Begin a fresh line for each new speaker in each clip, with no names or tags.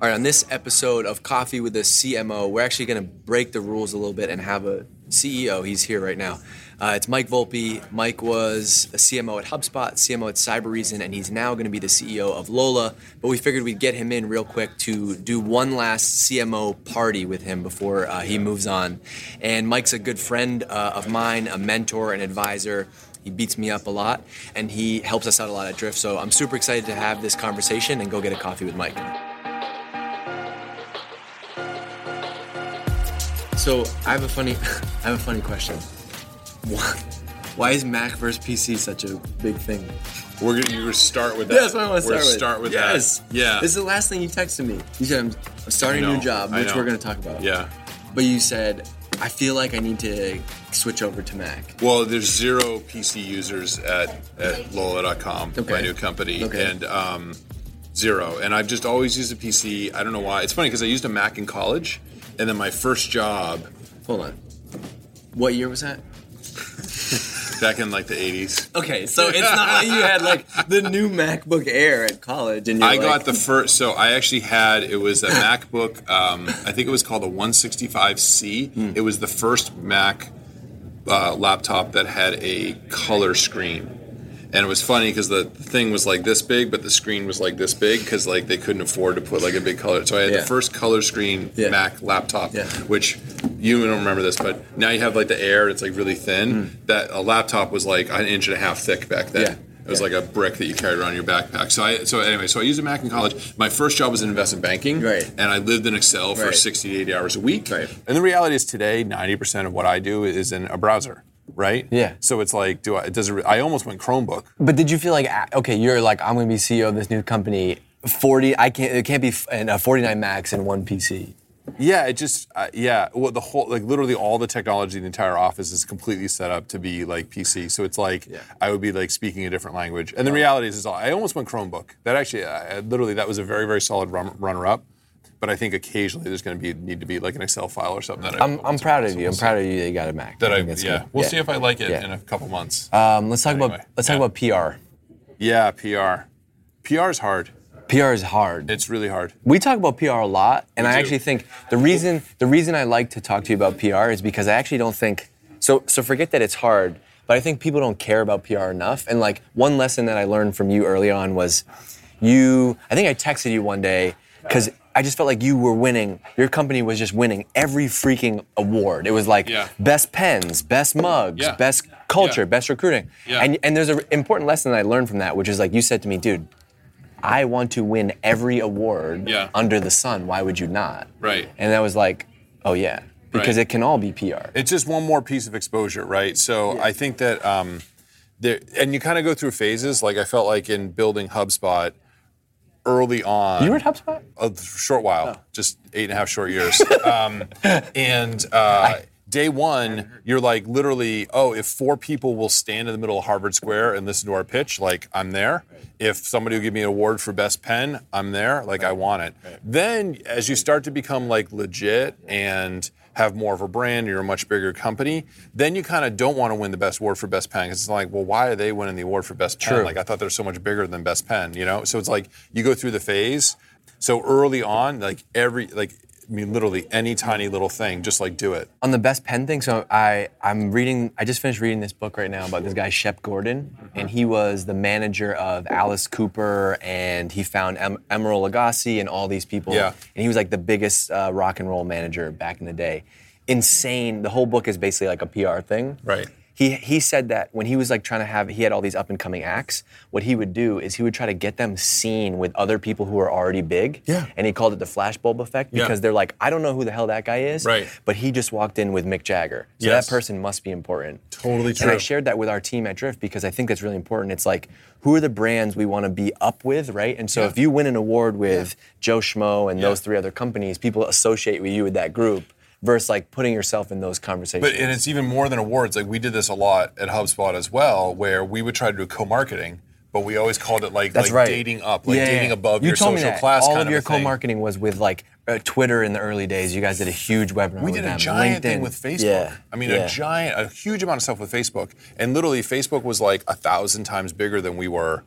All right, on this episode of Coffee with the CMO, we're actually going to break the rules a little bit and have a CEO. He's here right now. Uh, it's Mike Volpe. Mike was a CMO at HubSpot, CMO at CyberReason, and he's now going to be the CEO of Lola. But we figured we'd get him in real quick to do one last CMO party with him before uh, he moves on. And Mike's a good friend uh, of mine, a mentor, an advisor. He beats me up a lot, and he helps us out a lot at Drift. So I'm super excited to have this conversation and go get a coffee with Mike. So I have a funny, I have a funny question. Why, why is Mac versus PC such a big thing?
We're gonna, you're gonna start with that.
That's what I want to
We're
start with.
gonna start with
yes.
that. Yeah.
This is the last thing you texted me. You said I'm, I'm starting
I
a new
know,
job,
I
which
know.
we're gonna talk about.
yeah.
But you said I feel like I need to switch over to Mac.
Well, there's zero PC users at at Lola.com,
Okay.
my new company,
Okay.
and um, zero. And I've just always used a PC. I don't know why. It's funny because I used a Mac in college, and then my first job
Hold on. What year was that?
back in like the 80s.
Okay, so it's not like you had like the new MacBook Air at college, and you're
I
like,
got the first. So I actually had it was a MacBook. Um, I think it was called a 165C.
Hmm.
It was the first Mac uh, laptop that had a color screen, and it was funny because the thing was like this big, but the screen was like this big because like they couldn't afford to put like a big color. So I had
Yeah.
the first color screen
Yeah.
Mac laptop,
Yeah.
which you don't remember this, but now you have like the Air. It's like really thin. That a laptop was like an inch and a half thick back then.
Hmm. Yeah.
It was
Yeah.
like a brick that you carried around in your backpack. So I so anyway, so I used a Mac in college. My first job was in investment banking.
Right.
And I lived in Excel for
Right.
60 to 80 hours a week.
Right.
And the reality is today, 90% of what I do is in a browser. Right.
Yeah.
So it's like, do I? Does it, I almost went Chromebook?
But did you feel like ah, okay, you're like I'm gonna be CEO of this new company. Forty, I can't. It can't be f- and a 49 Max and one PC.
Yeah. It just, uh, yeah. Well, the whole, like, literally all the technology, the entire office is completely set up to be like PC. So it's like
Yeah.
I would be like speaking a different language. And the reality is, is I almost went Chromebook. That actually, I, I- literally, that was a very, very solid run, runner-up. But I think occasionally there's going to be need to be like an Excel file or something. That I-
I'm, I'm proud of you. I'm proud of you. That you got a Mac.
That I,
think that's
yeah.
good.
We'll see if I like it
Yeah.
in a couple months.
Um, let's talk about
Anyway,
let's
yeah.
talk about PR.
yeah, PR. PR is hard.
PR is hard.
It's really hard.
we talk about PR a lot, and
We
I
do.
actually think the reason the reason I like to talk to you about PR is because I actually don't think so. So forget that it's hard, but I think people don't care about PR enough. And like one lesson that I learned from you early on was, you. I think I texted you one day because I just felt like you were winning. Your company was just winning every freaking award. It was like
Yeah.
best pens, best mugs,
Yeah.
best culture,
Yeah.
best recruiting.
Yeah.
And and there's an important lesson that I learned from that, which is like you said to me, dude. I want to win every award
Yeah.
under the sun. Why would you not?
Right.
And that was like, oh yeah, because
Right.
it can all be PR.
It's just one more piece of exposure, right? So I think that um, there, and you kind of go through phases. Like I felt like in building HubSpot early on.
you were at HubSpot?
a short while, just eight and a half short years. um, and uh, day one, you're like literally, oh, if four people will stand in the middle of Harvard Square and listen to our pitch, like I'm there. If somebody will give me an award for best pen, I'm there. Like I want it. Then as you start to become like legit and have more of a brand, you're a much bigger company, then you kind of don't want to win the best award for best pen 'cause it's like, well, why are they winning the award for best pen?
True.
Like I thought they're so much bigger than best pen, you know? So it's like you go through the phase. So early on, like every like I mean literally any tiny little thing, just like do it.
on the best pen thing. So I I'm reading. I just finished reading this book right now about this guy Shep Gordon, and he was the manager of Alice Cooper, and he found em- Emeril Lagasse and all these people.
Yeah.
And he was like the biggest uh, rock and roll manager back in the day. Insane. The whole book is basically like a PR thing.
Right.
He, he said that when he was like trying to have he had all these up and coming acts what he would do is he would try to get them seen with other people who are already big
Yeah.
and he called it the flashbulb effect
Yeah.
because they're like i don't know who the hell that guy is
Right.
but he just walked in with Mick Jagger. So
Yes.
that person must be important.
Totally
And I
true.
shared that with our team at Drift because I think that's really important. It's like, who are the brands we want to be up with, right? And so
Yeah.
if you win an award with Joe Schmo and
Yeah.
those three other companies, people associate with you with that group versus like putting yourself in those conversations.
But and it's even more than awards. Like we did this a lot at HubSpot as well, where we would try to do co-marketing, but we always called it like
that's
like
right.
dating up, like
Yeah, yeah,
dating
yeah.
above
you
your
told
social
me that.
class.
All
kind
of your
a thing.
co-marketing was with like uh, Twitter in the early days. You guys did a huge webinar.
We
with
did a
them.
giant
LinkedIn.
thing with Facebook.
Yeah.
I mean,
Yeah.
a giant, a huge amount of stuff with Facebook. And literally, Facebook was like a thousand times bigger than we were.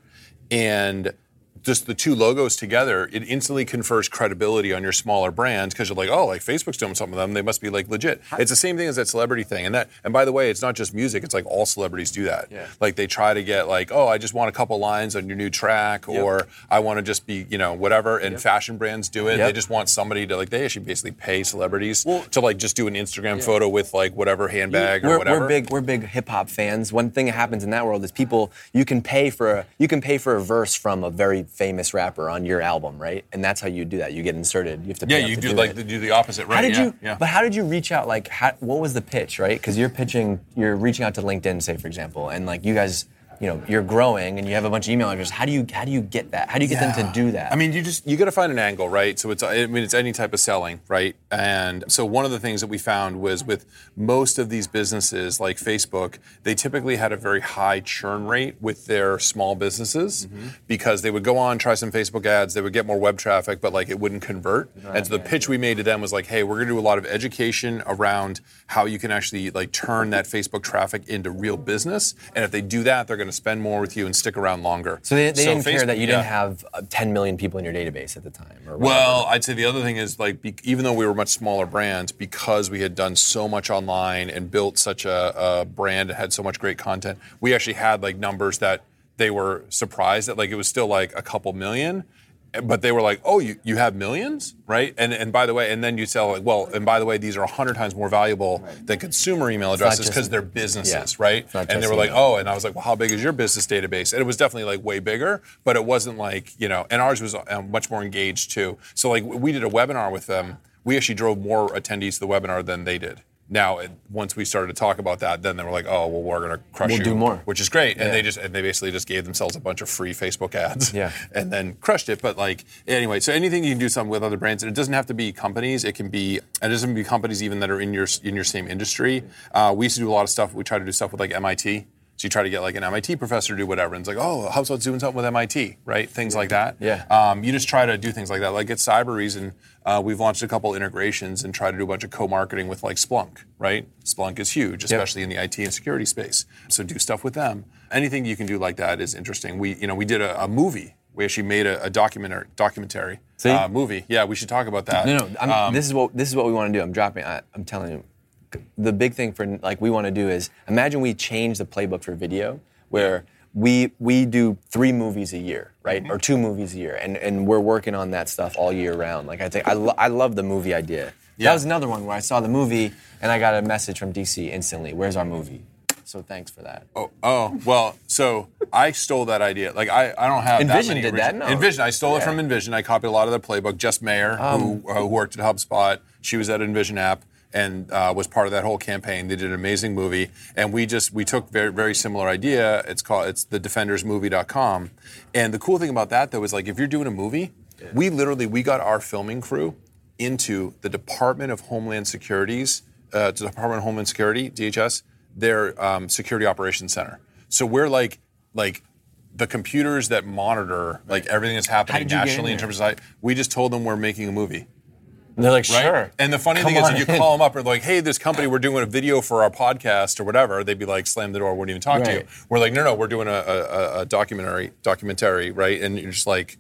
And just the two logos together, it instantly confers credibility on your smaller brands because you're like, oh, like Facebook's doing something with them, they must be like legit. It's the same thing as that celebrity thing, and that, and by the way, it's not just music; it's like all celebrities do that.
Yeah.
Like they try to get like, oh, I just want a couple lines on your new track, or I want to just be, you know, whatever. And fashion brands do it;
Yep.
they just want somebody to like. They actually basically pay celebrities
Well-
to like just do an Instagram photo with like whatever handbag or
we're,
whatever.
we're big we're big hip hop fans. One thing that happens in that world is people you can pay for a you can pay for a verse from a very famous rapper on your album, right? And that's how you do that. You get inserted. You have to
Yeah,
pay up
you
to
do like
it.
the, do the opposite, right?
How did
yeah,
you?
Yeah.
But how did you reach out? Like, how, what was the pitch, right? Because you're pitching, you're reaching out to LinkedIn, say for example, and like you guys, you know, you're growing and you have a bunch of email addresses. How do you? How do you get that? How do you get them to do that?
I mean, you just you got to find an angle, right? So it's I mean it's any type of selling, right? And so one of the things that we found was with most of these businesses like Facebook, they typically had a very high churn rate with their small businesses
Mm-hmm.
because they would go on try some Facebook ads, they would get more web traffic, but like it wouldn't convert. and so the pitch we made to them was like, hey, we're going to do a lot of education around how you can actually like turn that Facebook traffic into real business, and if they do that, they're going to spend more with you and stick around longer.
so they, they didn't care
Facebook-
that you
yeah.
didn't have uh, 10 million people in your database at the time. Or
Well, I'd say the other thing is like be, even though we were much smaller brands, because we had done so much online and built such a, a brand and had so much great content, we actually had like numbers that they were surprised at. Like it was still like a couple million, but they were like, "Oh, you, you have millions, right?" And and by the way, and then you sell like, well, and by the way, these are hundred times more valuable than consumer email addresses
just-
because they're businesses,
yeah.
right?
It's not
And they
just
were like,
email.
"Oh." oh, and I was like, well, how big is your business database? And it was definitely like way bigger, but it wasn't like, you know, and ours was um, much more engaged too. So like we did a webinar with them. We actually drove more attendees to the webinar than they did. Now, it- once we started to talk about that, then they were like, "Oh, well, we're gonna crush
We'll
you,"
do more.
which is great. And they just and they basically just gave themselves a bunch of free Facebook ads,
Yeah.
and then crushed it. But like anyway, so anything you can do something with other brands, and it doesn't have to be companies. It can be it doesn't be companies even that are in your in your same industry. Uh, we used to do a lot of stuff. We tried to do stuff with like MIT. So you try to get like an MIT professor to do whatever, and it's like, oh, how's about doing something with MIT, right? Things like that.
Yeah.
Um, you just try to do things like that. Like at Cyber Reason, uh, we've launched a couple integrations and try to do a bunch of co-marketing with like Splunk, right? Splunk is huge, especially in the IT and security space. So do stuff with them. Anything you can do like that is interesting. We, you know, we did a, a movie. We actually made a, a documentary, documentary
See?
Uh, movie. Yeah, we should talk about that.
No, no. I'm,
Um,
this is what this is what we want to do. I'm dropping. I, I'm telling you, the big thing for like we want to do is imagine we change the playbook for video where we we do three movies a year, right,
Mm-hmm.
or two movies a year, and and we're working on that stuff all year round. Like I think I, lo- I love the movie idea. That
Yeah.
was another one where I saw the movie and I got a message from DC instantly. Where's our movie? So thanks for that.
Oh, oh, well, so I stole that idea. Like I, I don't have
Envision
that many
did
original-
that, no.
Envision, I stole it
Yeah. Um,
from Envision. I copied a lot of their playbook. Jess Mayer, who, uh, who worked at HubSpot, she was at Envision app and uh, was part of that whole campaign. They did an amazing movie, and we just we took very very similar idea. It's called it's the defendersmovie.com. And the cool thing about that though is like if you're doing a movie, we literally we got our filming crew into the Department of Homeland Security's uh, to the Department of Homeland Security DHS their um, security operations center. So we're like like the computers that monitor like everything that's happening
did you get in
nationally in,
there?
terms of like, we just told them we're making a movie.
And they're like,
Right?
sure.
And the funny
Come
thing is,
on
if
in.
you call them up and like, "Hey, this company, we're doing a video for our podcast or whatever," they'd be like, "Slam the door, wouldn't even talk to you."
Right.
We're like, "No, no, we're doing a, a, a- a documentary, documentary, right?" And you're just like,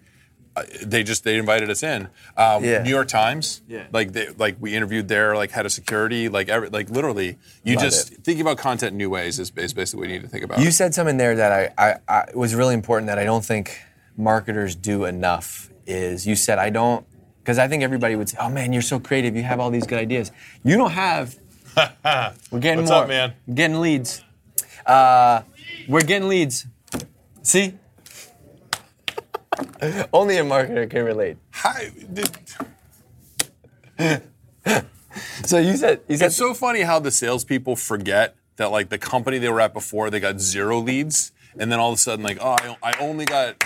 uh, they just they invited us in. Um,
Yeah.
New York Times,
Yeah.
like they, like we interviewed their like head of security, like every, like literally, you
Love
just thinking about content in new ways is, is basically what you need to think about.
You said something there that I, I, I was really important that I don't think marketers do enough. Is you said I don't because I think everybody would say, "Oh man, you're so creative. You have all these good ideas. You don't have." We're getting
What's
more.
up, man?
Getting leads. Uh, we're getting leads. See. Only a marketer can relate.
Hi, did-
So you said you said
It's so funny how the salespeople forget that like the company they were at before they got zero leads. And then all of a sudden, like, oh, I, I only got,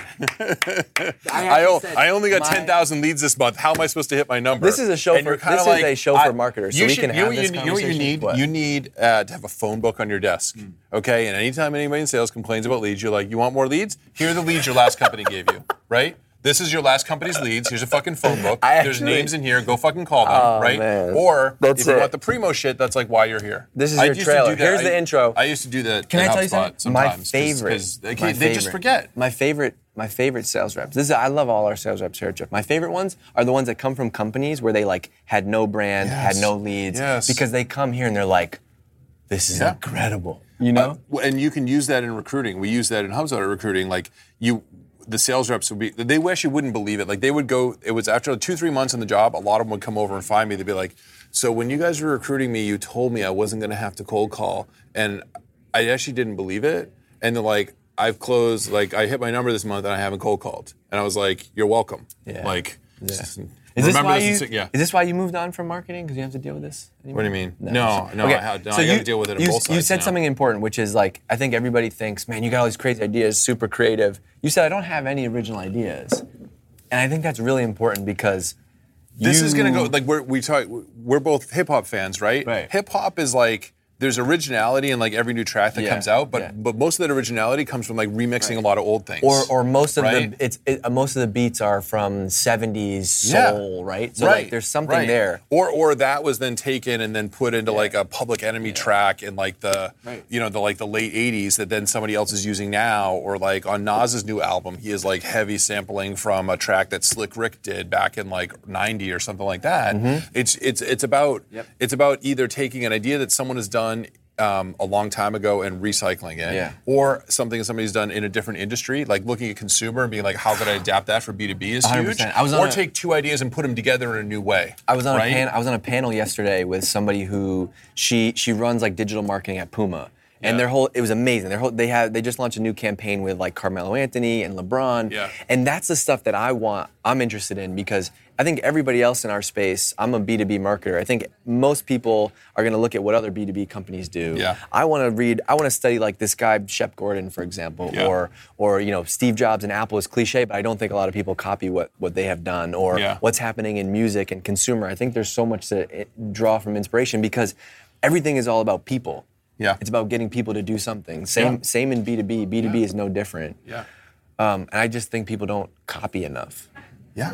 I, o- I only got
my-
ten thousand leads this month. How am I supposed to hit my number?
This is a show
And
for-
you're kinda
this is a show
I-
for marketers, so
you
we
should-
can
you know
have
what
this
you, you know what you
conversation. Hmm.
need?
What?
You need uh, to have a phone book on your desk, okay? And anytime anybody in sales complains about leads, you're like, you want more leads? Here are the leads your last company gave you, right? This is your last company's leads. Here's a fucking phone book.
I
There's
actually- Oh,
names in here. Go fucking call them, right?
man.
Or
That's
if you
it.
want the primo shit, that's like why you're here.
This is
I
your
used to
trailer.
do that.
Here's
I-
the intro.
I used to do that.
Can
in
I tell you
HubSpot
something? My
sometimes 'cause-
favorite.
'cause they,
my
can't- they just
favorite-
forget.
My favorite my favorite sales reps. This is I love all our sales reps here at Drift. My favorite ones are the ones that come from companies where they like had no brand,
Yes.
had no leads,
Yes.
because they come here and they're like, "This is
Yeah.
incredible," you know.
Uh, and you can use that in recruiting. We use that in HubSpot at recruiting. Like you, the sales reps would be. They actually wouldn't believe it. Like they would go. It was after two, three months in the job. A lot of them would come over and find me. They'd be like, "So when you guys were recruiting me, you told me I wasn't going to have to cold call, and I actually didn't believe it." And they're like, "I've closed. Like I hit my number this month, and I haven't cold called." And I was like, "You're welcome."
Yeah.
Like.
is this
remember
why
this
you?
and say- yeah.
Is this why you moved on from marketing because you have to deal with this? Anymore?
What do you mean? No, no, I, had, no I got to deal with it on
you,
both sides.
You said
now.
something important, which is like I think everybody thinks, man, you got all these crazy ideas, super creative. You said I don't have any original ideas, and I think that's really important because
This
you-
is gonna go like we're we talk. We're both hip hop fans, right?
Right.
Hip hop is like there's originality in like every new track that
Yeah,
comes out, but
yeah.
but most of that originality comes from like remixing a lot of old things.
or or most of
Right?
the it's it, uh, most of the beats are from 70s
Yeah.
soul, right? So like there's something
right.
there.
Or or that was then taken and then put into like a Public Enemy track in like the
Right.
you know the like the late '80s that then somebody else is using now, or like on Nas's new album, he is like heavy sampling from a track that Slick Rick did back in like '90 or something like that.
Mm-hmm.
It's it's it's about it's about either taking an idea that someone has done. Um, a long time ago and recycling it
Yeah.
or something somebody's done in a different industry like looking at consumer and being like how could i adapt that for b2b is huge
100%. I was on
or
a-
take two ideas and put them together in a new way.
I was on
right?
a pan, I was on a panel yesterday with somebody who she she runs like digital marketing at Puma. And
Yeah.
their whole it was amazing. Their whole they had they just launched a new campaign with like Carmelo Anthony and LeBron.
Yeah.
And that's the stuff that I want I'm interested in because I think everybody else in our space, I'm a B2B marketer. I think most people are gonna look at what other B2B companies do.
Yeah.
I wanna read, I wanna study like this guy, Shep Gordon, for example,
Yeah.
or or you know, Steve Jobs and Apple is cliche, but I don't think a lot of people copy what what they have done or
Yeah.
what's happening in music and consumer. I think there's so much to eh, draw from inspiration because everything is all about people.
Yeah.
It's about getting people to do something. Same
Yeah.
same in B2B. B2B is no different.
Yeah.
Um, and I just think people don't copy enough.
Yeah.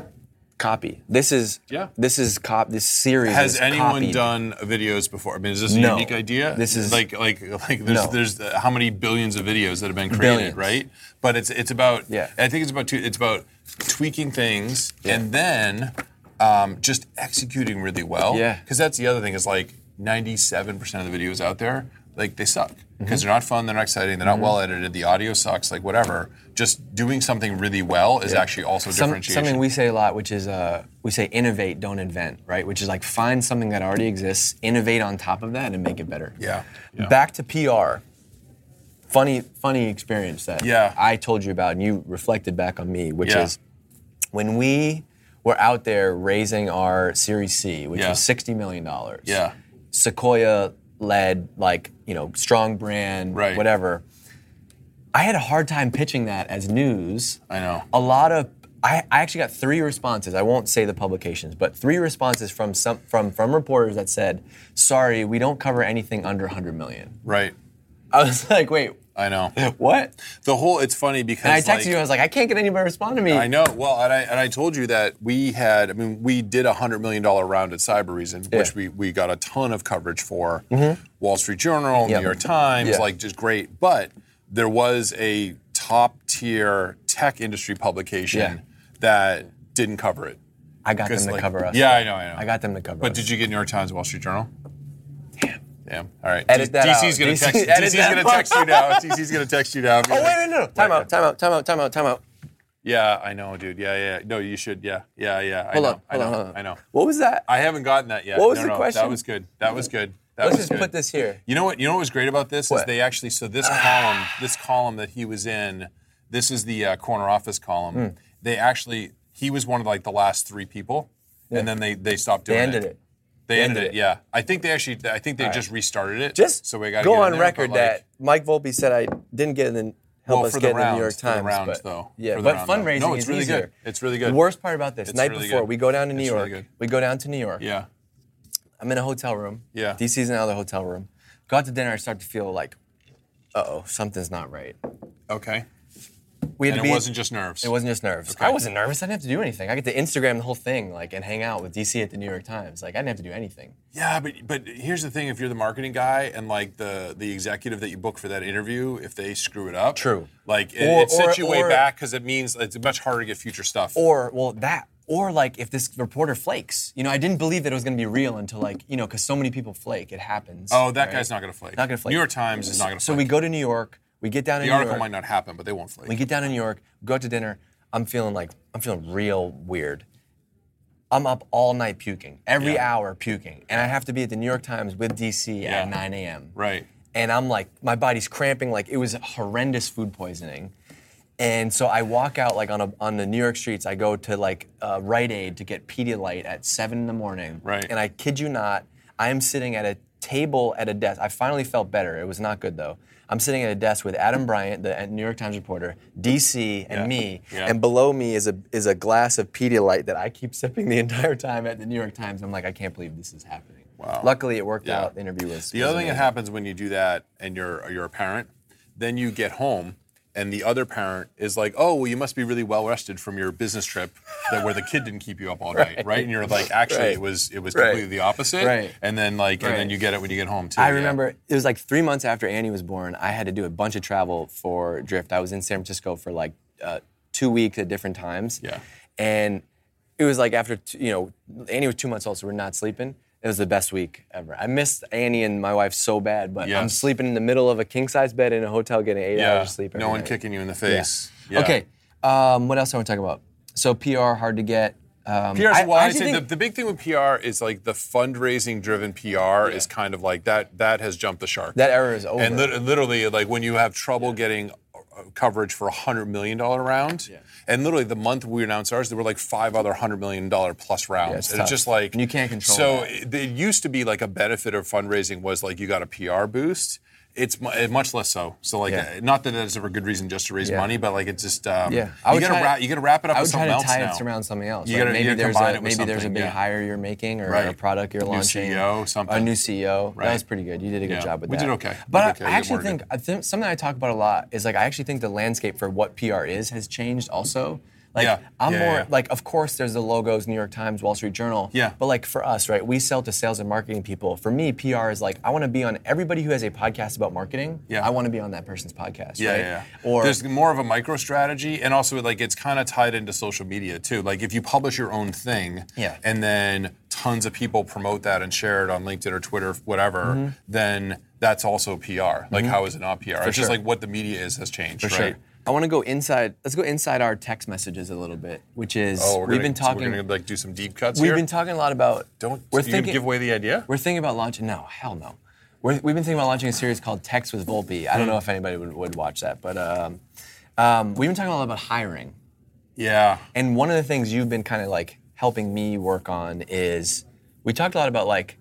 Copy. This is
Yeah.
this is cop this series
Has
is
anyone
copied.
done videos before? I mean, is this a
No.
unique idea?
This is-
like like like there's
No.
there's uh, how many billions of videos that have been created,
Billions.
right? But it's it's about
Yeah.
I think it's about two, it's about tweaking things and then um, just executing really well.
Yeah.
Because that's the other thing is like 97% of the videos out there like they suck
Mm-hmm.
because they're not fun, they're not exciting, they're not well edited, the audio sucks, like whatever. Just doing something really well is actually also
Some,
differentiation.
something we say a lot, which is uh, we say innovate, don't invent, right? Which is like find something that already exists, innovate on top of that, and make it better.
Yeah. Yeah.
Back to PR. Funny, funny experience that
Yeah.
I told you about, and you reflected back on me, which
Yeah.
is when we were out there raising our Series C, which
Yeah.
was sixty million dollars.
Yeah.
Sequoia led, like you know, strong brand,
Right.
whatever. I had a hard time pitching that as news.
I know.
A lot of I, I actually got three responses. I won't say the publications, but three responses from some from from reporters that said, "Sorry, we don't cover anything under 100 million."
Right.
I was like, "Wait,
I know.
what?"
The whole it's funny because
And I texted
like,
you. I was like, "I can't get anybody to respond to me."
I know. Well, and I, and I told you that we had. I mean, we did a hundred million dollar round at Cyber Reason,
Yeah. Mm-hmm.
which we we got a ton of coverage for. Wall Street Journal,
Yep.
New York Times,
Yeah.
like just great. But there was a top tier tech industry publication
Yeah.
that didn't cover it.
I got them
'Cause,
to
like-
cover us.
Yeah, I know. I know.
I got them to cover
But
us.
did you get New York Times, Wall Street Journal? Damn. Damn. All right.
Edit that
DC's
out.
gonna
DC
text.
edit
DC's
that
gonna
part.
text you now. DC's gonna text you now.
oh wait, wait, no, no, time out, time out, time out, time out, time out.
Yeah, I know, dude. Yeah, yeah. No, you should. Yeah, yeah, yeah.
Hold
I know.
on,
I
hold
know.
on, hold on.
I know.
What was that?
I haven't gotten that yet.
What was
no,
the
no,
question?
That was good. That was good. That
Let's
was
just
good.
put this here.
You know what? You know what was great about this is
What?
they actually so this column, this column that he was in, this is the uh, corner office column.
Hmm.
They actually he was one of like the last three people, and then they they stopped doing
They ended it.
They, ended,
ended
it.
it.
Yeah, I think they actually I think they just restarted it.
Just
so we got
go on record that Mike Volpe said I didn't get in the help
Well,
us
for the
get in the
round-
New York
for the
Times.
round,
but,
though.
Yeah,
For the
but
round, though.
fundraising
No, it's
is
really good.
easier.
It's really good.
The worst part about this,
It's
night
really
before
good.
we go down to New
It's
York,
really good.
we go down to New York.
yeah,
I'm in a hotel room.
Yeah.
DC's in another hotel room. Go out to dinner, I start to feel like, uh oh, something's not right.
okay,
we had
And
to
it
be.
wasn't just nerves.
It wasn't just nerves. I wasn't nervous. I didn't have to do anything. I get to Instagram the whole thing, like, and hang out with DC at the New York Times. Like, I didn't have to do anything.
Yeah, but but here's the thing: if you're the marketing guy and like the the executive that you book for that interview, if they screw it up,
True.
Like it,
Or-
it sets
or-
you way
or-
back because it means it's much harder to get future stuff.
Or well, that. Or like, if this reporter flakes, you know, I didn't believe that it was going to be real until like, you know, because so many people flake. It happens.
oh, that
right?
guy's not gonna flake.
Not gonna flake.
New York Times is not gonna.
So
flake.
we go to New York. We get down
The
in New
article
York.
might not happen, but they won't flake.
We get down in New York, go out to dinner. I'm feeling like I'm feeling real weird. I'm up all night puking, every
Yeah.
hour puking, and I have to be at the New York Times with DC
Yeah.
at 9 a.m.
Right.
And I'm like, my body's cramping. Like it was horrendous food poisoning. And so I walk out like on a, on the New York streets. I go to like uh, Rite Aid to get Pedialyte at seven in the morning.
Right.
And I kid you not, I am sitting at a table at a desk. I finally felt better. It was not good though. I'm sitting at a desk with Adam Bryant, the New York Times reporter, DC, and
Yeah.
me.
Yeah.
And below me is a is a glass of Pedialyte that I keep sipping the entire time at the New York Times. I'm like, I can't believe this is happening. Wow. Luckily, it worked
Yeah.
out. The interview was.
The
was
other thing that
amazing.
happens when you do that and you're you're a parent, then you get home and the other parent is like, "Oh, well, you must be really well rested from your business trip that where the kid didn't keep you up all night, right?" And you're like, "Actually,
Right.
it was it was
Right.
completely the opposite."
Right.
And then like and then
Right.
you get it when you get home too.
I
yeah.
remember it was like three months after Annie was born. I had to do a bunch of travel for Drift. I was in San Francisco for like uh, two weeks at different times.
Yeah.
And it was like after two, you know Annie was two months old, so we're not sleeping. It was the best week ever. I missed Annie and my wife so bad, but I'm
Yes.
sleeping in the middle of a king size bed in a hotel getting eight
Yeah.
hours of sleep. every
no one
night.
kicking you in the face. Yeah.
Okay. Um, what else I want to talk about? So PR hard to get. Um,
PR
I-
is
I
why I,
actually
say the,
think-
the big thing with PR is like the fundraising driven PR is kind of like that that has jumped the shark.
That era is over.
And lit- literally, like when you have trouble getting uh, coverage for a hundred million dollar round, and literally the month we announced ours, there were like five other hundred million dollar plus rounds.
it's
and it's
tough.
just like
And you can't control
So
that.
it, it used to be like a benefit of fundraising was like you got a PR boost. It's mu- eh, much less so. So like,
Yeah.
eh, not that it's ever a good reason just to raise
Yeah.
money, but like it's just um,
Yeah,
You
would
gotta
try
wrap, you gotta wrap it up
I
with
would try
something
to
else
tie
now.
it around something else.
You
Like,
gotta- you
maybe
gotta
there's
combine
a
it with
maybe there's a
something,
big
yeah.
hire you're making or a
Right.
product you're
New
launching.
CEO, something.
A new CEO.
Right.
That was pretty good. You did a good
Yeah.
job with
We
that.
did okay. We
But
did
I-
okay. We
I
did
actually
more good.
think I think something I talk about a lot is like I actually think the landscape for what PR is has changed also. Like
Yeah.
I'm
Yeah,
more
yeah.
like of course there's the logos New York Times, Wall Street Journal.
Yeah.
But like for us, right, we sell to sales and marketing people. For me, PR is like I want to be on everybody who has a podcast about marketing.
Yeah.
I want to be on that person's podcast.
Yeah,
right?
yeah, yeah.
Or
there's more of a micro strategy, and also like it's kind of tied into social media too. Like if you publish your own thing,
Yeah.
and then tons of people promote that and share it on LinkedIn or Twitter, whatever,
Mm-hmm.
then that's also PR. Like how is it not PR? it's just
sure.
like what the media is has changed,
For
right?
sure. I want to go inside. Let's go inside our text messages a little bit, which is
Oh, we're
we've
gonna,
been
so we're
talking.
gonna, like do some deep cuts
we've
here.
been talking a lot about.
Don't
We're
you gonna
thinking.
give away the idea?
we're thinking about launching. No, hell no. We're, we've been thinking about launching a series called Text with Volpe. I don't
Hmm.
know if anybody would, would watch that, but um, um, we've been talking a lot about hiring.
yeah,
And one of the things you've been kind of like helping me work on is we talked a lot about like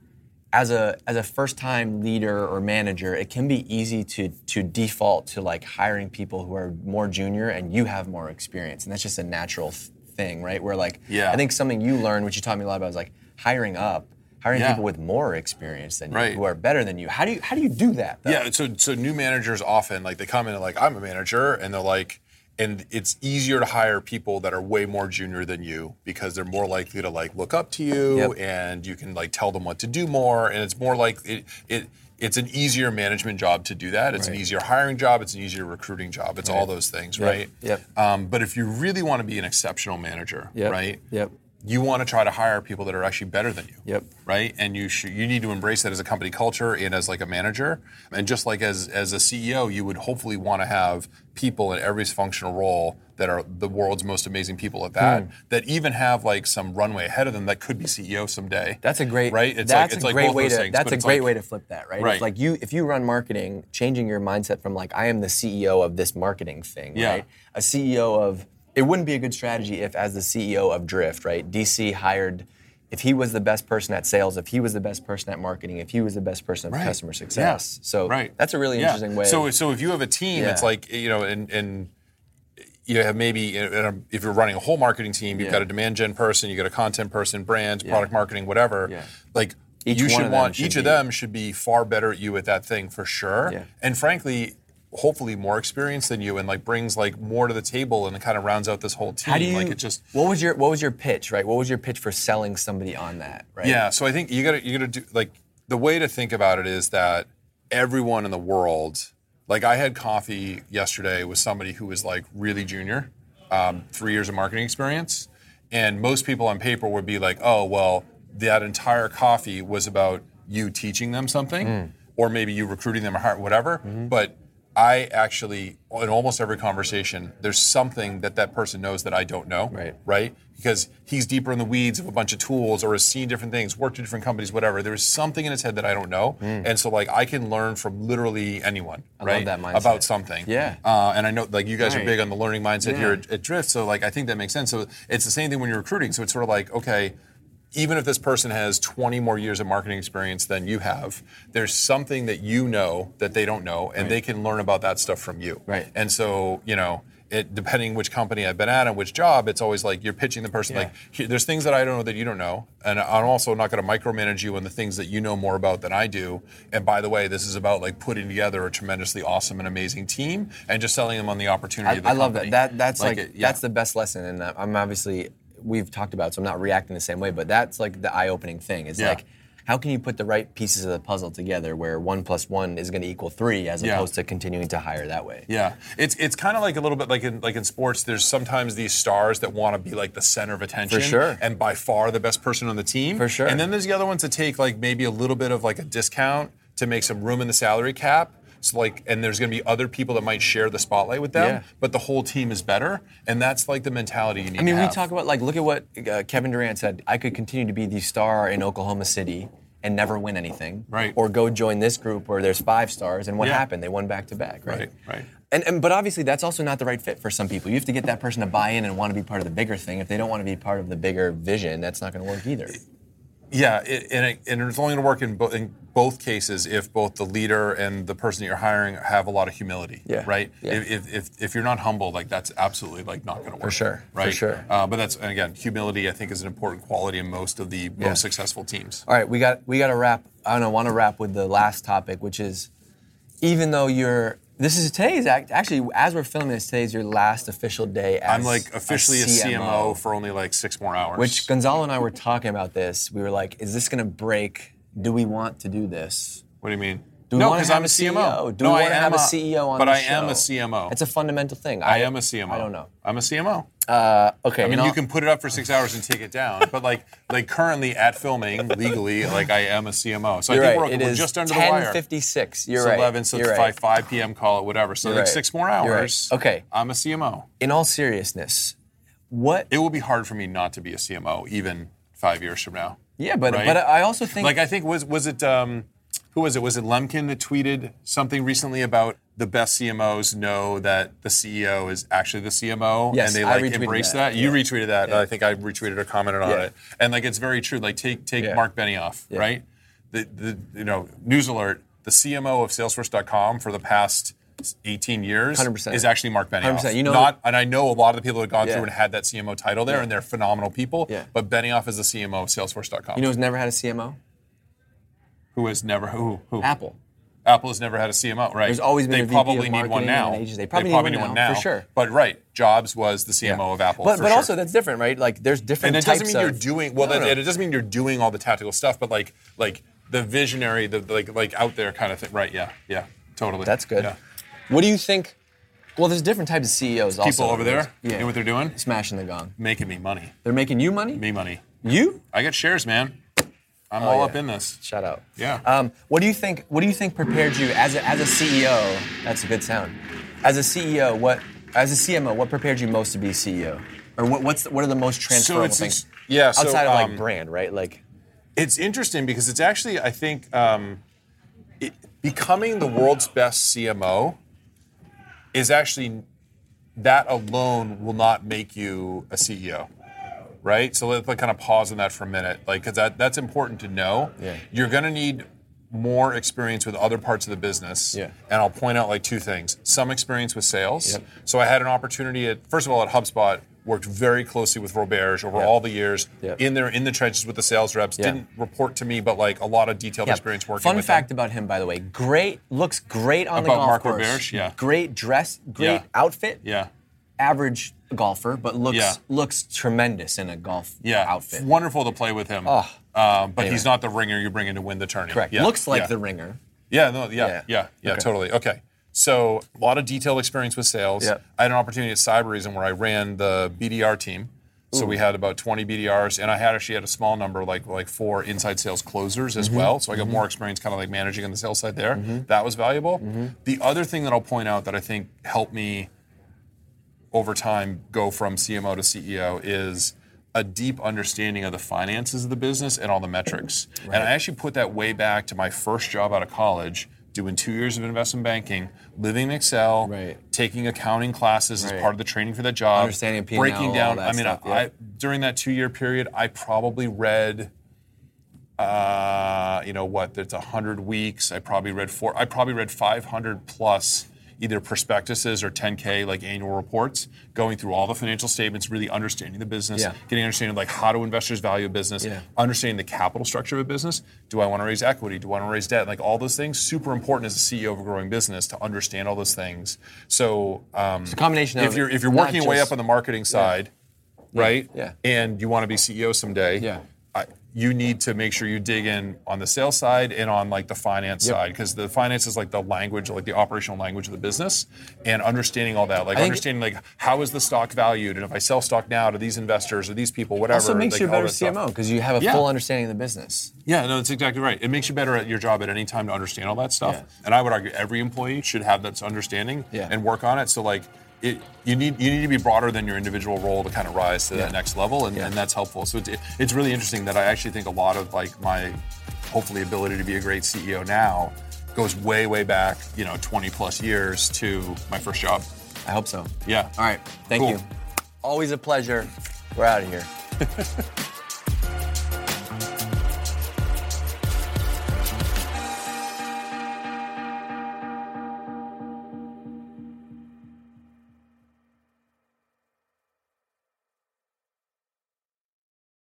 as a as a first time leader or manager, it can be easy to to default to like hiring people who are more junior and you have more experience, and that's just a natural th- thing, right? Where like
Yeah.
I think something you learned, which you taught me a lot about, was like hiring up, hiring
Yeah.
people with more experience than
Right.
you, who are better than you. How do you how do you do that? Though?
Yeah, so so new managers often like they come in and like I'm a manager and they're like and it's easier to hire people that are way more junior than you because they're more likely to like look up to you
Yep.
and you can like tell them what to do more and it's more like it it it's an easier management job to do that. It's an
Right.
easier hiring job. It's an easier recruiting job. It's all those things,
Yep.
right?
Yep.
Um, but if you really want to be an exceptional manager,
Yep.
right?
Yep.
You want to try to hire people that are actually better than you
Yep.
right? And you should, you need to embrace that as a company culture and as like a manager, and just like as as a CEO, you would hopefully want to have people in every functional role that are the world's most amazing people at that,
Hmm.
that even have like some runway ahead of them that could be CEO someday.
That's a great
right. It's
that's
like it's
a
like
great
both
way
those
to
things,
that's
but
a
it's
great
like-
way to flip that, right? It's
Right.
like you if you run marketing, changing your mindset from like I am the CEO of this marketing thing,
Yeah.
right? A CEO of it wouldn't be a good strategy if as the CEO of Drift, right? DC hired if he was the best person at sales, if he was the best person at marketing, if he was the best person at
Right.
customer success.
Yeah.
So
right.
that's a really
Yeah.
interesting way.
So so if you have a team, it's
Yeah.
like you know, and and you have maybe and- and if you're running a whole marketing team, you've
Yeah.
got a demand gen person, you got a content person, brand, product marketing, whatever.
Yeah.
Like
Each
you
one
should
of them
want
should
each of
be-
them should be far better at you at that thing for sure.
Yeah.
And frankly. hopefully more experienced than you and like brings like more to the table and it kind of rounds out this whole team.
How do you?
like it just
what was your What was your pitch? Right. What was your pitch for selling somebody on that? Right.
Yeah, so I think you gotta you gotta do like the way to think about it is that everyone in the world, like I had coffee yesterday with somebody who was like really junior, um, three years of marketing experience, and most people on paper would be like, oh well, that entire coffee was about you teaching them something,
Mm.
or maybe you recruiting them or hire- whatever,
Mm-hmm.
but. I actually, in almost every conversation, there's something that that person knows that I don't know
Right.
right? Because he's deeper in the weeds of a bunch of tools or has seen different things, worked at different companies, whatever. There's something in his head that I don't know. And so like I can learn from literally anyone, right?
Hmm. that mindset.
About something.
Yeah.
Uh, and I know like you guys are
Right.
big on the learning mindset here
Yeah.
at, at Drift. So like I think that makes sense. So it's the same thing when you're recruiting. So it's sort of like, okay, even if this person has 20 more years of marketing experience than you have, there's something that you know that they don't know, and they can learn about that stuff from you.
Right.
And so, you know, it, depending which company I've been at and which job, it's always like you're pitching the person like, "Here- there's things that I don't know that you don't know. And I'm also not going to micromanage you on the things that you know more about than I do. And by the way, this is about like putting together a tremendously awesome and amazing team and just selling them on the opportunity.
I,
of the
I love that.
company.
That that's like,
it- yeah.
that's the best lesson, and uh, I'm obviously we've talked about, it, so I'm not reacting the same way. But that's like the eye-opening thing. It's
Yeah.
like how can you put the right pieces of the puzzle together where one plus one is going to equal three, as
Yeah.
opposed to continuing to hire that way.
Yeah, it's it's kind of like a little bit like in like in sports. There's sometimes these stars that want to be like the center of attention,
For sure.
and by far the best person on the team,
For sure.
And then there's the other ones that take like maybe a little bit of like a discount to make some room in the salary cap. So like, and there's going to be other people that might share the spotlight with them,
Yeah.
but the whole team is better, and that's like the mentality you need.
I mean,
to
we
have.
talk about like look at what uh, Kevin Durant said. I could continue to be the star in Oklahoma City and never win anything,
Right.
Or go join this group where there's five stars, and what
Yeah.
happened? They won back to back, right?
Right, right.
And, and but obviously that's also not the right fit for some people. You have to get that person to buy in and want to be part of the bigger thing. If they don't want to be part of the bigger vision, that's not going to work either.
Yeah, it, and, it, and it's only going to work in, bo- in both cases if both the leader and the person that you're hiring have a lot of humility.
Yeah,
Right.
yeah.
If, if, if, if you're not humble, like that's absolutely like not going to work.
sure, for
Right.
sure.
Uh, but that's and again, humility I think is an important quality in most of the
Yeah.
most successful teams.
All right, we got we got to wrap. I don't know, want to wrap with the last topic, which is even though you're this is today's act actually as we're filming this today's your last official day as
I'm like officially a CMO, for only like six more hours.
Which Gonzalo and I were talking about this. We were like, is this going to break? Do we want to do this?
what do you mean?
Do we
no,
wanna
because
have
I'm a
a
CMO.
CEO? Do
no,
we
I
wanna
am
have a CEO on
But
the
I am a
show?
Cmo.
It's a fundamental thing.
I am a CMO.
I don't know.
I'm a CMO.
Okay.
I mean, you can put it up for six hours and take it down, but like, like currently at filming legally, like I am a CMO, so I
You're
think
right.
we're,
it
we're
is
just under the wire.
10:56. You're
it's
right.
11, so
You're
it's
right.
5, 5 p.m. call it, whatever. So
You're
like
right.
six more
You're right.
hours.
Okay.
I'm a CMO.
In all seriousness, what?
It will be hard for me not to be a CMO even five years from now.
yeah, but
right?
but I also think
Like I think was was it um, who was it? Was it Lemkin that tweeted something recently about the best CMOs know that the CEO is actually the CMO
Yes,
and they
I
like
retweeted
embrace that.
that.
You retweeted that. I think I retweeted or commented on
Yeah.
it. And like it's very true. Like take take
Yeah.
Mark Benioff, right? The the you know, news alert, the CMO of salesforce.com for the past 18 years
100%.
is actually Mark Benioff.
100%. You know-
Not and I know a lot of the people that have gone
Yeah.
through and had that CMO title there and they're phenomenal people,
Yeah.
but Benioff is the CMO of salesforce.com.
you know who's never had a CMO?
Who has never who who
Apple.
Apple has never had a CMO, right?
There's always been
they
a VP of
probably need one
marketing
now.
and agency. They probably need one now, for sure.
But right, Jobs was the CMO of Apple.
But
for
but
sure.
also that's different, right? Like there's different
and it
types
doesn't mean you're
of-
doing well.
No,
that,
no.
and it doesn't mean you're doing all the tactical stuff, but like like the visionary, the like like out there kind of thing, right? Yeah, yeah, totally.
That's good.
Yeah.
What do you think? Well, there's different types of CEOs. People also,
People over there,
yeah,
you know what they're doing?
smashing the gong.
Making me money,
They're making you money.
me money.
You?
I get shares, man. I'm
Oh,
all
yeah.
up in this.
Shout out.
Yeah.
Um, what do you think? What do you think prepared you as a, as a CEO? That's a good sound. As a CEO, what as a CMO, what prepared you most to be CEO? Or what, what's the, what are the most transferable
it's-
things?
it's- yeah, so,
Outside of like
um,
brand, right? Like
It's interesting because it's actually, I think, um, it, becoming the world's best CMO is actually that alone will not make you a CEO, right? So let's like kind of pause on that for a minute, like because that that's important to know.
Yeah.
You're going to need more experience with other parts of the business.
Yeah.
And I'll point out like two things: some experience with sales.
Yep.
So I had an opportunity at first of all at HubSpot worked very closely with Roberge over all the years,
Yeah.
in there, in the trenches with the sales reps.
Yeah.
Didn't report to me, but like a lot of detailed
Yeah.
experience working
Fun
with
fact
them.
about him, by the way, great looks great on the
About
golf
Mark
course.
Roberge, yeah.
Great dress, great
Yeah.
outfit.
Yeah.
Average golfer, but looks
Yeah.
looks tremendous in a golf
Yeah.
outfit.
Wonderful to play with him.
Oh.
Um, but
Anyway.
he's not the ringer you bring in to win the tourney.
Correct.
Yeah.
Looks like
yeah.
the ringer.
Yeah, no, yeah,
Yeah.
yeah, yeah,
Okay.
totally. Okay. So a lot of detailed experience with sales.
Yep.
I had an opportunity at Cyberreason where I ran the BDR team. So we had about 20 BDRs, and I had actually had a small number, like like four inside sales closers
Mm-hmm.
as well. So I got more experience, kind of like managing on the sales side there. That was valuable.
Mm-hmm.
The other thing that I'll point out that I think helped me over time go from CMO to CEO is a deep understanding of the finances of the business and all the metrics. And I actually put that way back to my first job out of college, doing two years of investment banking, living in Excel,
Right.
taking accounting classes as
Right.
part of the training for that job,
Understanding P&L, all
breaking down.
that
I mean,
stuff, yeah.
I, during that two-year period, I probably read. Uh, you know what? That's hundred weeks. I probably read four. I probably read five hundred plus either prospectuses or 10k like annual reports, going through all the financial statements, really understanding the business,
Yeah.
getting understanding like how do investors value a business,
Yeah.
understanding the capital structure of a business. Do I want to raise equity? Do I want to raise debt? Like all those things, super important as a CEO of a growing business to understand all those things. So um,
It's a combination of
if you're if you're
not
working your way
just-
up on the marketing side, right?
Yeah.
And you want to be CEO someday.
Yeah.
I, you need to make sure you dig in on the sales side and on like the finance side because the finance is like the language, like the operational language of the business, and understanding all that, like
think-
understanding like how is the stock valued, and if I sell stock now to these investors or these people, whatever.
Also makes
like,
you a
all
better
that stuff.
CMO because you have a
Yeah.
full understanding of the business.
Yeah, no, that's exactly right. It makes you better at your job at any time to understand all that stuff. And I would argue every employee should have that understanding
Yeah.
and work on it. So like it, you need you need to be broader than your individual role to kind of rise to that next level, and, and that's helpful. So it's, it's really interesting that I actually think a lot of like my hopefully ability to be a great CEO now goes way way back, you know, 20 plus years to my first job.
I hope so.
Yeah.
All right. Thank
Cool.
you. Always a pleasure. We're out of here.